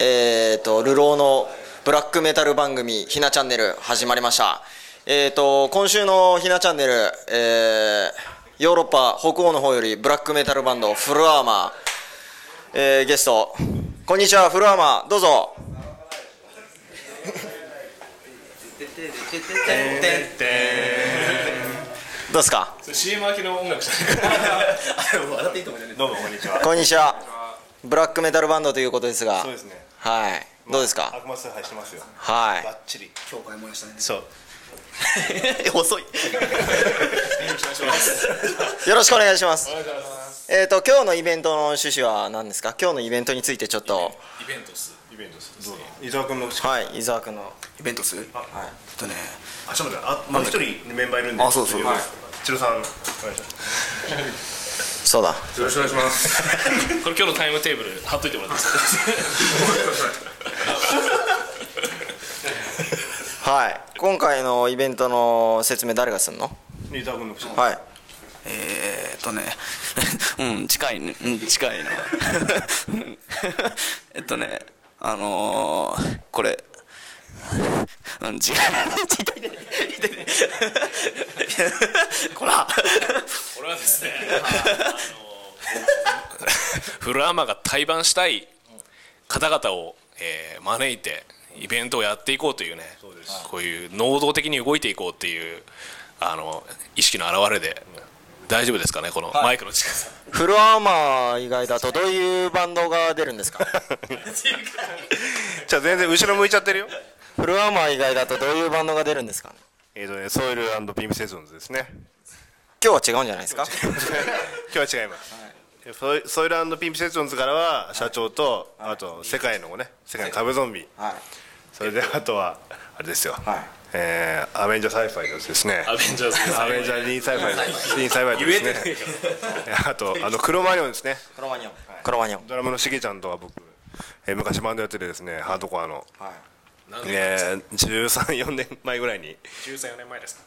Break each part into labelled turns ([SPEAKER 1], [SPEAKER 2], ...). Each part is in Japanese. [SPEAKER 1] えっ、と、流浪のブラックメタル番組、ひなチャンネル始まりました。えっ、と、今週のひなチャンネル、えーヨーロッパ、北欧の方よりブラックメタルバンド、フルアーマー、えーゲスト、こんにちは、フルアーマー、どうぞ。どうですか
[SPEAKER 2] CM 明けの音楽じゃない
[SPEAKER 3] 笑っていいと思うね
[SPEAKER 2] どうもこんにちは
[SPEAKER 1] こんにちは。ブラックメタルバンドということですが
[SPEAKER 2] そう、ですね
[SPEAKER 1] はい。どうですか
[SPEAKER 2] 悪魔崇拝してますよ
[SPEAKER 1] はい
[SPEAKER 2] バ。ッチリ
[SPEAKER 3] 今日買い物したね
[SPEAKER 2] そう
[SPEAKER 3] 遅い
[SPEAKER 1] よろしくお願いします。えっ、と今日のイベントの趣旨は何ですか。今日のイベントについてちょっと
[SPEAKER 4] イベントス
[SPEAKER 2] イベントですどうぞ伊沢君のあちょ
[SPEAKER 1] はい伊沢君の
[SPEAKER 3] イベントするはいえっとね
[SPEAKER 2] っと待ってあもう一人メンバーいるんで
[SPEAKER 3] あそうそう
[SPEAKER 2] はい千代さんお願いします
[SPEAKER 1] そうだ。
[SPEAKER 4] よろしくお願いします
[SPEAKER 2] これ今日のタイムテーブル貼っといてもらっていいですか
[SPEAKER 1] はい。今回のイベントの説明誰がするの？
[SPEAKER 2] 伊沢君 の口
[SPEAKER 1] はい。
[SPEAKER 3] えーっとねうん近いねうん近いなうんえっとねあのー、これうん違う痛いね痛いねこら
[SPEAKER 4] これはですねフルアマが対バンしたい方々を、えー招いてイベントをやっていこうというねこういう能動的に動いていこうっていうあの意識の表れで大丈夫ですかねこのマイクの近さ、
[SPEAKER 1] フルアーマー以外だとどういうバンドが出るんです か。
[SPEAKER 2] じゃあ全然後ろ向いちゃってるよ
[SPEAKER 1] フルアーマー以外だとどういうバンドが出るんですか。
[SPEAKER 2] えっとねソイルビームセゾンズですね
[SPEAKER 1] 今日は違うんじゃないですか。
[SPEAKER 2] 今日は違いますソイソイルピンプセゾンズからは社長とあと世界のね世界の壁ゾンビ
[SPEAKER 1] はい。
[SPEAKER 2] それであとはあれですよ
[SPEAKER 1] はい
[SPEAKER 2] えーアベンジャーサイファイのやつですね
[SPEAKER 4] アベンジャーズ
[SPEAKER 2] アベンジャーリーンサイバーですリーンサイバーですね
[SPEAKER 4] 言えて
[SPEAKER 2] あとあのクロマニョンですね
[SPEAKER 1] クロマニョン。クロマニョン。
[SPEAKER 2] ドラムのしげちゃんとは僕、えー昔バンドやっててですねハードコアの、
[SPEAKER 1] はい。
[SPEAKER 2] えー、134年前ぐらいに
[SPEAKER 4] 13年前ですか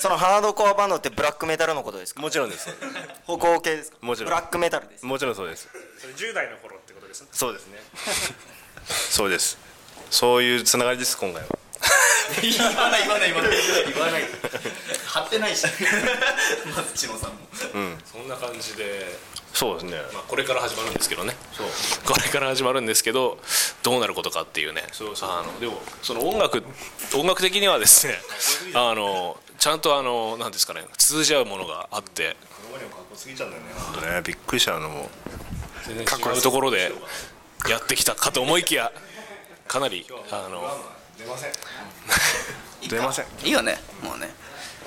[SPEAKER 1] そのハードコアバンドってブラックメタルのことですか。
[SPEAKER 2] もちろんです
[SPEAKER 1] 方向系ですか。
[SPEAKER 2] もちろ
[SPEAKER 1] ブ
[SPEAKER 2] ん
[SPEAKER 1] ラックメタルです。
[SPEAKER 2] もちろんそうです
[SPEAKER 4] それ10代の頃ってことですね
[SPEAKER 2] そうですねそうですそういうつながりです今回は
[SPEAKER 3] 言わない言わない言わない言わない貼ってないしまず千野さんも
[SPEAKER 4] そんな感じで
[SPEAKER 2] そうですね
[SPEAKER 4] まあ、これから始まるんですけどねこれから始まるんですけどどうなることかっていうねあのでもその音楽音楽的にはですねあのちゃんとあのなんですかね通じ合うものがあって
[SPEAKER 2] クロマニョンかっこすぎちゃうんだよね本当ねびっくりしたあのもう
[SPEAKER 4] 全然違うところでやってきたかと思いきやかなりあの
[SPEAKER 2] 出ません出ません
[SPEAKER 3] いいよねもうね、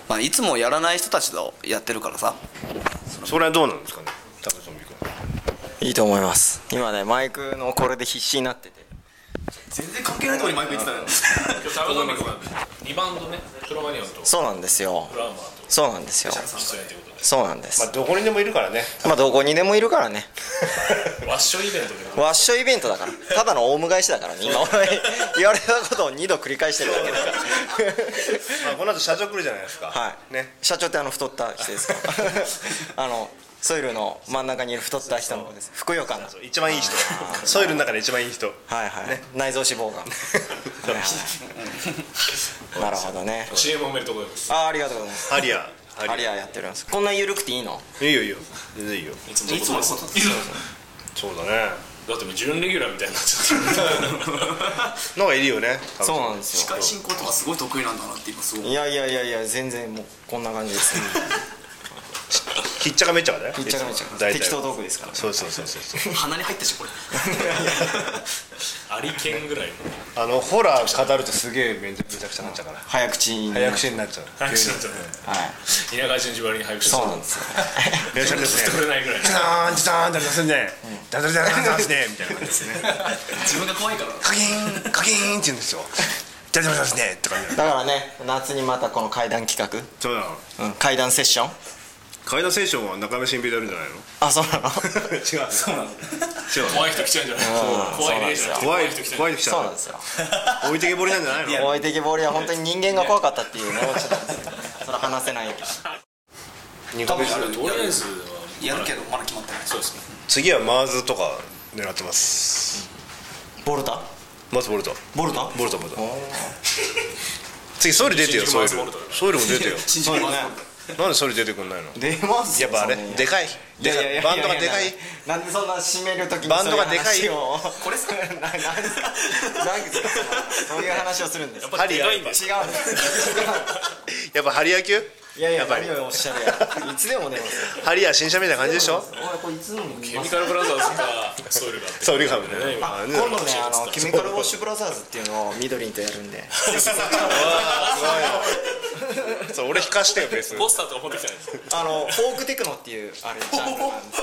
[SPEAKER 3] まあ、いつもやらない人たちとやってるからさ
[SPEAKER 2] それはどうなんですかね多分そのびっくり
[SPEAKER 1] いいと思います。今ねマイクのこれで必死になってて。
[SPEAKER 3] 全然関係ないところにマイク行ってたよ
[SPEAKER 4] サブドミコが2バンドねクロマニオンと
[SPEAKER 1] そうなんですよ。
[SPEAKER 4] ラーマーと
[SPEAKER 1] そうなんですよ。
[SPEAKER 4] 出演ということ
[SPEAKER 1] そうなんで
[SPEAKER 2] ますあ。どこにでもいるからね
[SPEAKER 1] まあどこにでもいるからね。
[SPEAKER 4] でワッションイベントで
[SPEAKER 1] ワッショイベントだから。ただのオウム返しだからね。今俺言われたことを2度繰り返してるだけだから。
[SPEAKER 2] まあこの後社長来るじゃないですか
[SPEAKER 1] はい。
[SPEAKER 2] ね
[SPEAKER 1] 社長ってあの太った人ですか。 あのソイルの真ん中にいる太った人のことです。ふくよかな。はい
[SPEAKER 2] 一番いい人ソイルの中で一番いい人
[SPEAKER 1] はい。内臓脂肪 が。はいなるほどね。
[SPEAKER 4] CM おめでとうございます
[SPEAKER 1] あーありがとうございます。
[SPEAKER 2] ハリアー
[SPEAKER 1] アリアやっております。こんな緩くていいの？
[SPEAKER 2] いいよいいよ全然いいよ
[SPEAKER 4] いつも
[SPEAKER 3] いつものことです
[SPEAKER 4] いつもの
[SPEAKER 2] そうだね
[SPEAKER 4] だってもう準レギュラーみたいになっちゃった
[SPEAKER 2] なんかいるよね
[SPEAKER 1] そうなんです
[SPEAKER 3] 司
[SPEAKER 1] よ。
[SPEAKER 3] 会進行とかすごい得意なんだなって今すごい
[SPEAKER 1] いやいやいやいや全然もうこんな感じです。
[SPEAKER 2] ひっちゃかめっちゃか ね
[SPEAKER 1] めっちゃめちゃ
[SPEAKER 2] 大体
[SPEAKER 1] 適当トークですから。
[SPEAKER 2] そうそうそうそう
[SPEAKER 3] 鼻に入ったしこれ
[SPEAKER 4] アリケンぐらいの
[SPEAKER 2] あのホラー語るとすげえめんどくちゃくちゃになっちゃうから
[SPEAKER 1] 早口にね。
[SPEAKER 2] 早口になっちゃう
[SPEAKER 4] 早口になっちゃう
[SPEAKER 1] はい。
[SPEAKER 4] 田舎人じ割に早口
[SPEAKER 1] そう なんですよ。
[SPEAKER 2] 電車です
[SPEAKER 4] 取
[SPEAKER 2] ね
[SPEAKER 4] れないぐ らい
[SPEAKER 2] ダーンジダーンってなりますねダダダダダダダダねみたいな感じですね
[SPEAKER 3] 自分が怖いから
[SPEAKER 2] カキーンカキーンって言うんですよダダダダダダねって感じ
[SPEAKER 1] だからね、夏にまたこの階段企
[SPEAKER 2] そうなの
[SPEAKER 1] 画、うん、階段セッション。
[SPEAKER 2] 階段セッションは中目新ビであるんじゃないの
[SPEAKER 1] あ、 そうなの。
[SPEAKER 2] 違うそうなの違う
[SPEAKER 4] 怖い人来ちゃうんじゃない怖いねじゃなくて
[SPEAKER 2] 怖い
[SPEAKER 4] 人来ちゃう
[SPEAKER 2] 怖い人来た
[SPEAKER 1] そうなんですよ。
[SPEAKER 2] 置いてけぼりなんじゃないの
[SPEAKER 1] お相手ボリは本当に人間が怖かったって いうのをちょっと。それ話せないけど。
[SPEAKER 2] 二ヶ月
[SPEAKER 4] とりあえずは
[SPEAKER 3] やるけどまだ決まってない
[SPEAKER 4] そうですね
[SPEAKER 2] 次はマーズとか狙ってます
[SPEAKER 1] ボルタ
[SPEAKER 2] まずボルト
[SPEAKER 1] ボルタ
[SPEAKER 2] ボルトボルト次ソイル出てよ
[SPEAKER 4] 新宿
[SPEAKER 2] ソイ
[SPEAKER 4] マ
[SPEAKER 2] ル
[SPEAKER 4] ウスボルト
[SPEAKER 2] ソイルも出て よ
[SPEAKER 1] 新宿ね
[SPEAKER 2] なんでソイル出てくんないの
[SPEAKER 1] 出ます
[SPEAKER 2] やっぱあれでかいでかいバンドがでかい
[SPEAKER 1] なんでそんな締めるときに
[SPEAKER 2] バンドがでかい
[SPEAKER 1] よこれっすか何ですか何ですかそのそういう話をするんです違うん
[SPEAKER 4] ぱりでかいんだ
[SPEAKER 1] です違う
[SPEAKER 2] やっぱ針野球
[SPEAKER 1] いやいや
[SPEAKER 2] っぱり
[SPEAKER 1] 何をおっしゃるやいつでも出ます
[SPEAKER 2] 針や新車みたいな感じでしょ
[SPEAKER 1] 俺これいつでも見
[SPEAKER 4] ケ
[SPEAKER 1] ま
[SPEAKER 4] ミ
[SPEAKER 1] す
[SPEAKER 4] カルブラザーズかソイルがあって
[SPEAKER 2] ソイルがね
[SPEAKER 1] あ今度ねあのケミカルウォッシュブラザーズっていうのを緑とやるんで
[SPEAKER 2] そう俺引かしてよベース
[SPEAKER 4] ポスターと思ってきたんですよ
[SPEAKER 1] あのフォークテクノっていうあれジャンルなんで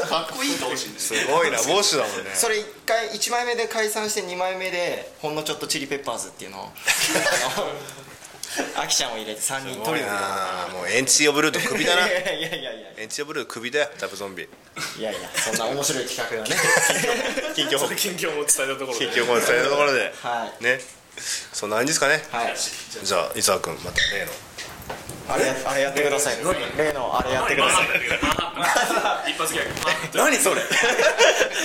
[SPEAKER 1] す
[SPEAKER 3] かっこいいかもしれない
[SPEAKER 2] すごいなウォッシュだもんね
[SPEAKER 1] それ1回1枚目で解散して2枚目でほんのちょっとチリペッパーズっていう のをあのアキちゃんを入れて3人取
[SPEAKER 2] すご
[SPEAKER 1] る
[SPEAKER 2] いなもうエンチオブルート 首だない
[SPEAKER 1] やいやいやいや
[SPEAKER 2] エンチオブルート首だよダブゾンビ
[SPEAKER 1] いやいやそんな面白い企画 がね
[SPEAKER 2] 近況報告
[SPEAKER 4] 近況も伝えたところで
[SPEAKER 2] 近況報告されたところで
[SPEAKER 1] は
[SPEAKER 2] ねそんな感じですかね
[SPEAKER 1] はい
[SPEAKER 2] じゃあ伊沢君また例の
[SPEAKER 1] あれやあれやってください例のあれやってください
[SPEAKER 4] 一発ギャグパーンって
[SPEAKER 3] 何そ れ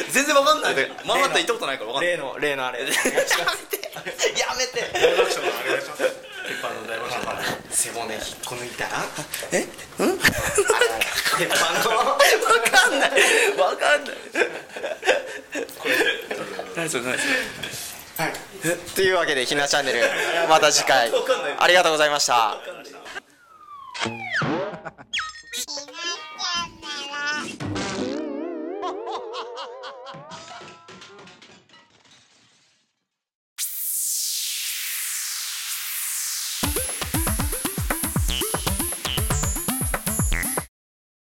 [SPEAKER 3] 全然わかんない
[SPEAKER 2] で
[SPEAKER 3] ママって行ったことないからわかんない
[SPEAKER 1] 例の例のあれやめてやめて
[SPEAKER 4] 鉄板の大爆笑
[SPEAKER 1] 背骨引っこ抜いたら
[SPEAKER 3] えんわ
[SPEAKER 1] 鉄板の
[SPEAKER 3] かんないわかんない何それ何それ
[SPEAKER 1] というわけでひなチャンネルまた次回ありがとうございました